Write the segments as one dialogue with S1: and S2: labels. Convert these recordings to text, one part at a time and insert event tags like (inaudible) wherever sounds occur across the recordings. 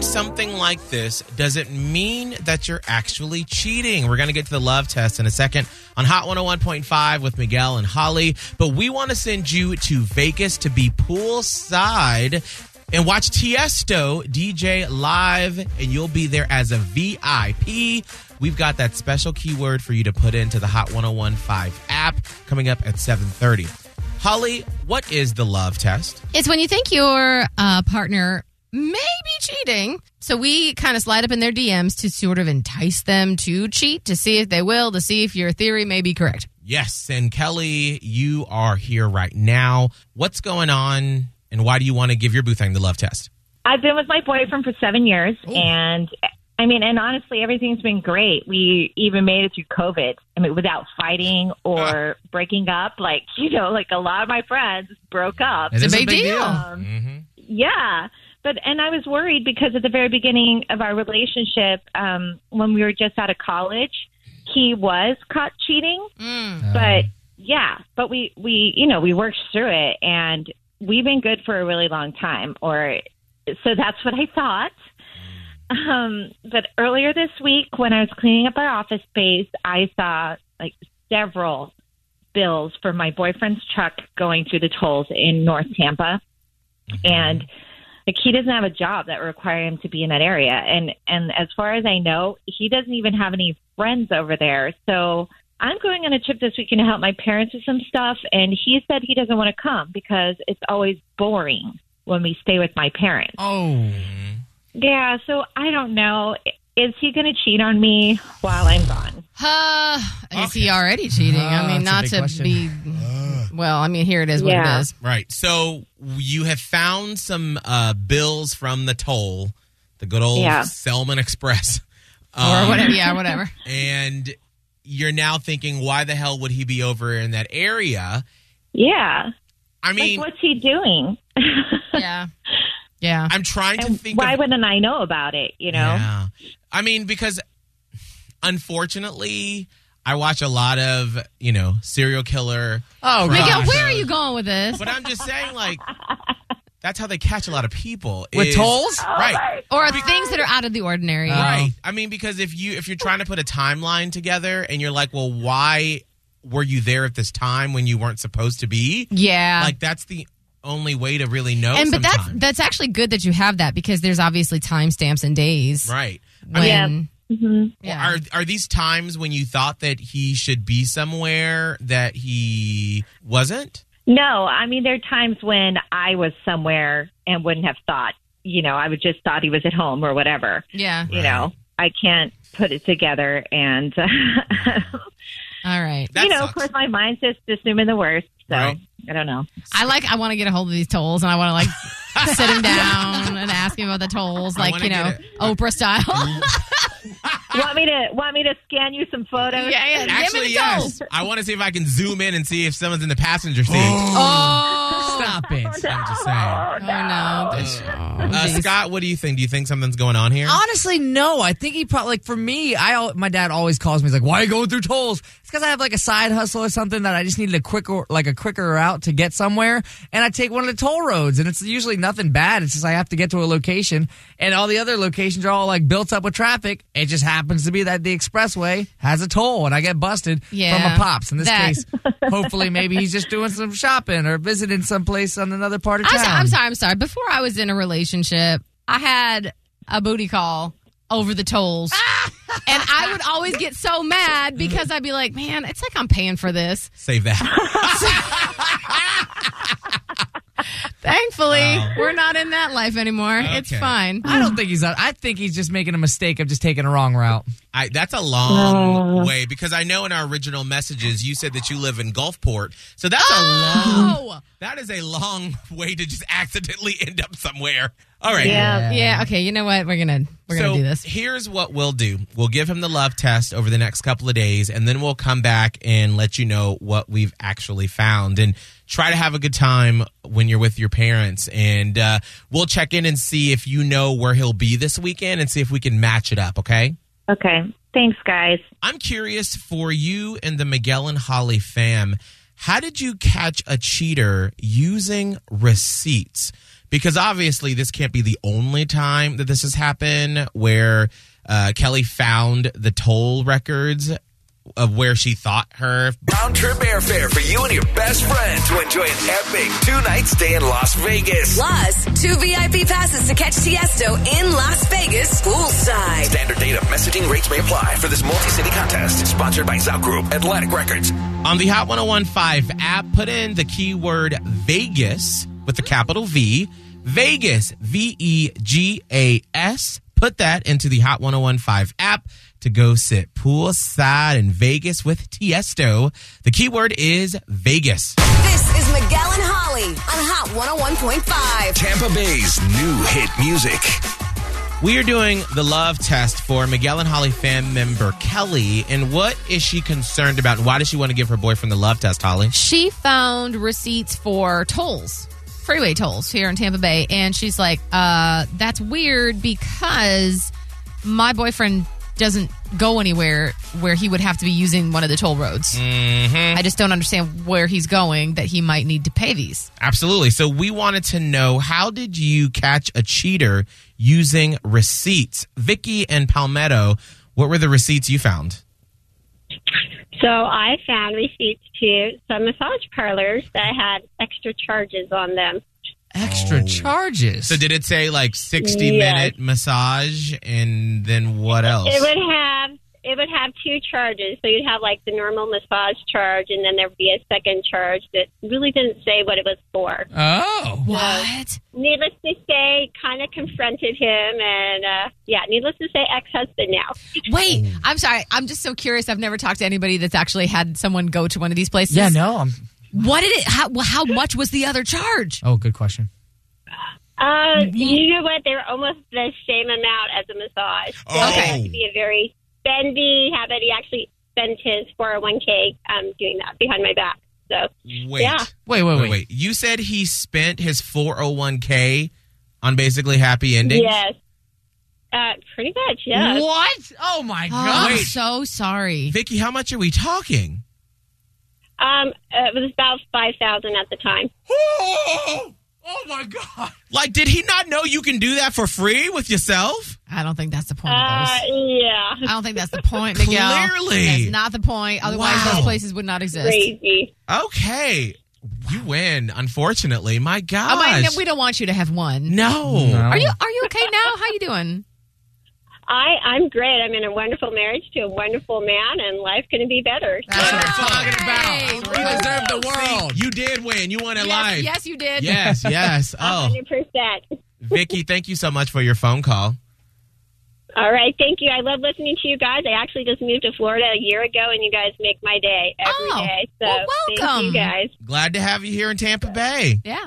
S1: something like this, does it mean that you're actually cheating? We're going to get to the love test in a second on Hot 101.5 with Miguel and Holly, but we want to send you to Vegas to be poolside and watch Tiesto DJ live, and you'll be there as a VIP. We've got that special keyword for you to put into the Hot 101.5 app coming up at 7:30. Holly, what is the love test?
S2: It's when you think your uh, partner may be cheating. So we kind of slide up in their DMs to sort of entice them to cheat, to see if they will, to see if your theory may be correct.
S1: Yes, and Kelly, you are here right now. What's going on, and why do you want to give your boo thing the love test?
S3: I've been with my boyfriend for seven years, and I mean, and honestly, everything's been great. We even made it through COVID. I mean, without fighting or breaking up. Like you know, like a lot of my friends broke up.
S1: It
S2: It's a
S1: is
S2: big deal.
S1: Mhm.
S3: Yeah. But and I was worried because at the very beginning of our relationship, um, when we were just out of college, he was caught cheating.
S2: Mm.
S1: Hmm.
S2: (sighs)
S1: Uh.
S3: But yeah, but we we you know we worked through it and we've been good for a really long time. Or so that's what I thought. Um, but earlier this week, when I was cleaning up our office space, I saw like several bills for my boyfriend's truck going through the tolls in North Tampa, and like he doesn't have a job that would require him to be in that area. And and as far as I know, he doesn't even have any friends over there. So I'm going on a trip this weekend to help my parents with some stuff, and he said he doesn't want to come because it's always boring when we stay with my parents.
S1: Oh,
S3: Yeah, so I don't know. Is he going to cheat on me while I'm gone?
S2: Uh, is he already cheating? I
S4: Ah,
S2: mean, not
S4: that's
S2: to
S4: a big
S2: be. Well, I mean, here it is what
S3: Yeah.
S2: it is.
S1: right. So you have found some uh, bills from the toll, the good old
S3: Yeah.
S1: Selman Express,
S2: Or
S1: Um,
S2: whatever. Yeah,
S1: (laughs)
S2: whatever.
S1: and you're now thinking, why the hell would he be over in that area?
S3: Yeah.
S1: I mean,
S3: like, what's he doing?
S2: yeah. Yeah.
S1: I'm trying to
S3: And
S1: think.
S3: why
S1: of,
S3: wouldn't I know about it, you know?
S1: Yeah. I mean, because unfortunately, I watch a lot of, you know, serial killer.
S4: Oh,
S1: Right.
S2: Miguel,
S1: gosh.
S2: where are you going with this?
S1: But I'm just saying,
S2: (laughs)
S1: like, that's how they catch a lot of people.
S4: With
S1: is-
S4: tolls?
S1: Right.
S2: Or things that are out of the ordinary.
S4: Uh,
S1: Right. I mean, because if you if you're trying to put a timeline together and you're like, well, why were you there at this time when you weren't supposed to be?
S2: yeah.
S1: Like that's the only way to really know.
S2: and but that's
S1: sometimes.
S2: that's actually good that you have that because there's obviously timestamps and days
S1: right. I mean,
S2: when
S3: Mhm.
S2: yeah.
S1: Are are these times when you thought that he should be somewhere that he wasn't?
S3: No, I mean, there are times when I was somewhere and wouldn't have thought, you know, I would just thought he was at home or whatever.
S2: yeah.
S3: You know, I can't put it together. And, (laughs)
S2: All right.
S1: That
S3: you know,
S1: sucks.
S3: of course, my mind's just assuming the worst. So
S1: Right.
S3: I don't know.
S2: I like. I want to get a hold of these tolls, and I want to (laughs) like sit him down and ask him about the tolls,
S1: I
S2: like
S1: wanna
S2: you know,
S1: get it. (laughs)
S2: Oprah style. Oh,
S3: want me to want me to scan you some photos?
S2: yeah,
S3: (laughs)
S2: yeah. Give me
S1: Actually,
S2: the
S1: yes.
S2: tolls.
S1: I want to see if I can zoom in and see if someone's in the passenger
S4: (gasps)
S1: seat.
S2: Oh.
S4: Stop it.
S1: I'm just saying.
S2: Oh no. That's-
S1: Uh,
S2: geez.
S1: Scott, what do you think? Do you think something's going on here?
S4: Honestly, no. I think he probably like for me. I al- my dad always calls me. He's like, "Why are you going through tolls?" It's because I have like a side hustle or something that I just needed a quicker like a quicker route to get somewhere, and I take one of the toll roads, and it's usually nothing bad. It's just I have to get to a location, and all the other locations are all like built up with traffic. It just happens to be that the expressway has a toll, and I get busted from
S2: Yeah.
S4: a pops. In this
S2: That-
S4: case, hopefully, maybe he's just doing some shopping or visiting someplace on another part of
S2: I'm
S4: town.
S2: sorry, I'm sorry. I'm sorry. Before I was in a relationship, I had a booty call over the (laughs) tolls. and I would always get so mad because I'd be like, man, it's like I'm paying for this.
S1: Save
S3: (laughs)
S1: that.
S2: Thankfully,
S1: Wow.
S2: we're not in that life anymore. It's
S1: Okay.
S2: fine.
S4: I don't think he's. I think he's just making a mistake of just taking a wrong route.
S1: I, that's a long
S3: Oh.
S1: way because I know in our original messages you said that you live in Gulfport, so that's
S3: (gasps)
S1: a long.
S2: Oh.
S1: That is a long (laughs) way to just accidentally end up somewhere. All right.
S3: Yeah.
S2: Yeah, okay, you know what? We're going to we're going to do this.
S1: Here's what we'll do. We'll give him the love test over the next couple of days, and then we'll come back and let you know what we've actually found. And try to have a good time when you're with your parents. And uh, we'll check in and see if you know where he'll be this weekend and see if we can match it up, okay?
S3: Okay. Thanks, guys.
S1: I'm curious for you and the Miguel and Holly fam. How did you catch a cheater using receipts? because obviously this can't be the only time that this has happened where uh, Kelly found the toll records of where she thought her
S5: Round trip airfare for you and your best friend to enjoy an epic two night stay in Las Vegas.
S6: Plus, two VIP passes to catch Tiesto in Las Vegas poolside.
S5: Standard data messaging rates may apply for this multi city contest. Sponsored by Zout Group, Atlantic Records.
S1: On the Hot 1015 app, put in the keyword Vegas with the capital V. Vegas, V E G A S. Put that into the Hot 1015 app to go sit poolside in Vegas with Tiesto. The keyword is Vegas.
S6: This is Miguel and Holly on oh Hot 101.5.
S5: Tampa Bay's new hit music.
S1: We are doing the love test for Miguel and Holly fan member Kelly. And what is she concerned about? And why does she want to give her boyfriend the love test, Holly?
S2: she found receipts for tolls freeway tolls here in tampa bay and she's like uh that's weird because my boyfriend doesn't go anywhere where he would have to be using one of the toll roads i just don't understand where he's going that he might need to pay these
S1: Absolutely. So we wanted to know how did you catch a cheater using receipts? Vicky and Palmetto, what were the receipts you found?
S7: So I found receipts to some massage parlors that had extra charges on them.
S4: Extra
S2: Oh.
S4: charges.
S1: So did it say like 60
S7: Yes.
S1: minute massage and then what else?
S7: It would have it would have two charges. So you'd have like the normal massage charge, and then there'd be a second charge that really didn't say what it was for.
S4: oh.
S2: what
S7: Needless to say, kind of confronted him, and uh, yeah, needless to say, ex husband now.
S2: wait i'm sorry i'm just so curious i've never talked to anybody that's actually had someone go to one of these places
S4: Yeah, no. I'm,
S2: what did it how, how much was the other charge
S4: oh, good question.
S7: Uh, you know what? They're almost the same amount as a massage. So
S1: Oh.
S7: it has to be a very bendy habit. He actually spent his 401k um, doing that behind my back. So
S1: wait, Oh,
S7: yeah.
S4: Wait, wait,
S1: wait,
S4: wait.
S1: wait, You said he spent his 401k on basically happy endings?
S7: yes, uh, pretty much. Yeah.
S4: What? Oh my
S2: Oh,
S4: god.
S2: i'm so sorry
S1: Vicky, how much are we talking?
S7: Um, it was about five thousand at the time.
S4: Oh, oh my god.
S1: Like, did he not know you can do that for free with yourself?
S2: i don't think that's the
S1: Oh,
S2: point of
S7: Uh,
S2: those
S7: yeah,
S2: I don't think that's the point, Miguel.
S1: Clearly.
S2: that's not the point. Otherwise,
S1: Wow.
S2: those places would not exist.
S7: crazy.
S1: Okay. You win, unfortunately. My gosh.
S2: Oh my, we don't want you to have one.
S1: No.
S2: Are you Are you okay now? How you doing?
S7: I I'm great. I'm in a wonderful marriage to a wonderful man, and life couldn't be better.
S1: That's what I'm
S2: Oh,
S1: talking
S2: hey.
S4: We deserve the world.
S1: You did win. You won it
S2: Yes,
S1: live.
S2: yes, you did.
S1: yes, yes.
S2: (laughs)
S1: Oh,
S7: Hundred percent.
S1: Vicky, thank you so much for your phone call.
S7: All right, thank you. I love listening to you guys. I actually just moved to Florida a year ago, and you guys make my day every
S2: Oh,
S7: day. So
S2: well, welcome.
S7: thank you guys.
S1: Glad to have you here in Tampa Bay.
S2: Yeah.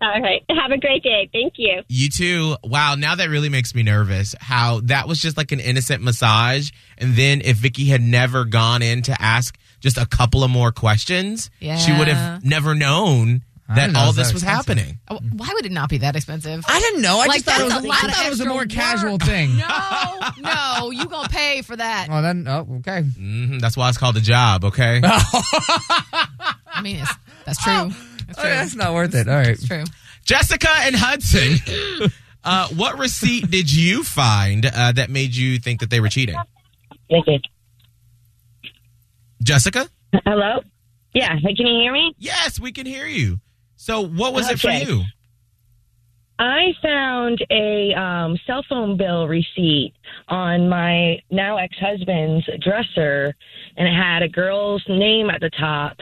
S7: All right, have a great day. Thank you.
S1: You too. Wow, now that really makes me nervous. How that was just like an innocent massage. And then if Vicky had never gone in to ask just a couple of more questions, she would have never known
S4: I
S1: that
S4: didn't know
S1: all
S4: it was
S1: this
S4: that
S1: was
S4: expensive.
S1: happening.
S2: Oh, Why would it not be that expensive?
S4: I didn't know. I
S2: Like,
S4: just thought it was
S2: that's
S4: a,
S2: a lot
S4: I
S2: of
S4: thought it was a
S2: extra
S4: more
S2: work.
S4: casual thing.
S2: No, (laughs) no, you gonna pay for that?
S4: Well then, oh, okay.
S1: hmm That's why it's called a job, okay?
S2: I mean, it's, that's true. That's
S4: Oh,
S2: true.
S4: that's not worth it. All right.
S2: It's true.
S1: Jessica and Hudson, uh, what receipt did you find uh, that made you think that they were cheating? Jessica?
S8: Hello? Yeah, hey, can you hear me?
S1: Yes, we can hear you. So, what was it for
S8: Okay.
S1: you?
S8: I found a um, cell phone bill receipt on my now ex husband's dresser, and it had a girl's name at the top.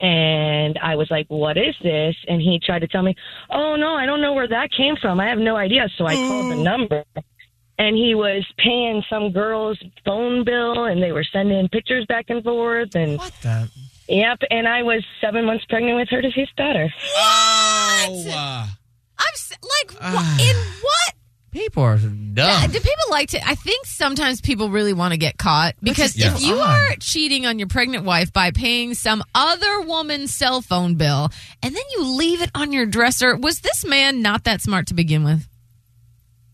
S8: And I was like, What is this? And he tried to tell me, Oh, no, I don't know where that came from. I have no idea. So I called the number. And he was paying some girl's phone bill, and they were sending pictures back and forth. And
S4: What the?
S8: yep, and I was seven months pregnant with her deceased daughter.
S1: Oh, uh,
S2: I'm s- like, wha-
S1: Ah.
S2: in what
S4: People are
S2: Uh,
S4: dumb.
S2: do people like to? I think sometimes people really want to get caught because
S1: is
S2: if you
S4: odd.
S1: Uh-huh.
S2: are cheating on your pregnant wife by paying some other woman's cell phone bill and then you leave it on your dresser, was this man not that smart to begin with?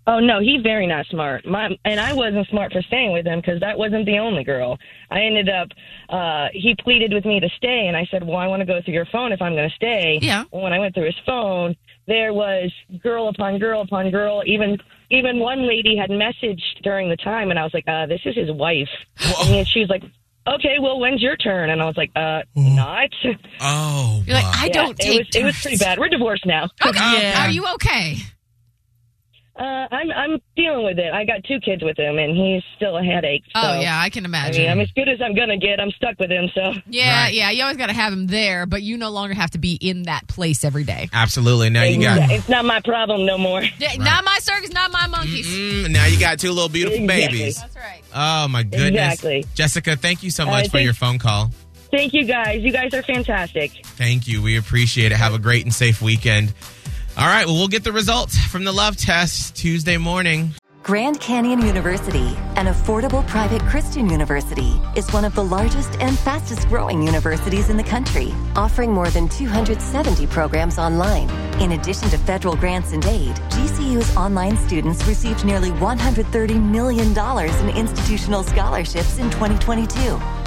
S8: Oh no, he's very not smart. My and I wasn't smart for staying with him because that wasn't the only girl. I ended up. Uh, he pleaded with me to stay, and I said, "Well, I want to go through your phone if I'm going to stay."
S2: Yeah.
S8: Well, when I went through his phone,
S3: there was girl upon girl upon girl. Even even one lady had messaged during the time, and I was like, uh, "This is his wife,"
S1: oh,
S3: and she was like, "Okay, well, when's your turn?" And I was like, "Uh, not."
S1: Oh,
S2: You're like,
S1: wow.
S2: I don't
S3: it
S2: take
S3: was, it was pretty bad. We're divorced now.
S2: Okay.
S9: Yeah.
S2: Are you okay?
S3: Uh, I'm I'm dealing with it. I got two kids with him, and he's still a headache. So,
S2: Oh, yeah, I can
S3: I
S2: imagine.
S3: mean, I'm as good as I'm gonna get. I'm stuck with him, so
S2: yeah,
S1: Right.
S2: yeah. You always got to have him there, but you no longer have to be in that place every day.
S1: absolutely. Now you got
S3: it's not my problem no more. (laughs)
S2: Yeah, Not my circus, not my monkeys.
S1: Mm, now you got two little beautiful
S3: Exactly.
S1: babies.
S2: That's right.
S1: Oh my goodness.
S3: Exactly.
S1: Jessica, thank you so much
S3: Uh,
S1: for
S3: thank-
S1: your phone call.
S3: Thank you guys. You guys are fantastic.
S1: Thank you. We appreciate it. Have a great and safe weekend. All right, well, we'll get the results from the love test Tuesday morning.
S10: Grand Canyon University, an affordable private Christian university, is one of the largest and fastest growing universities in the country, offering more than 270 programs online. In addition to federal grants and aid, GCU's online students received nearly $130 million in institutional scholarships in 2022.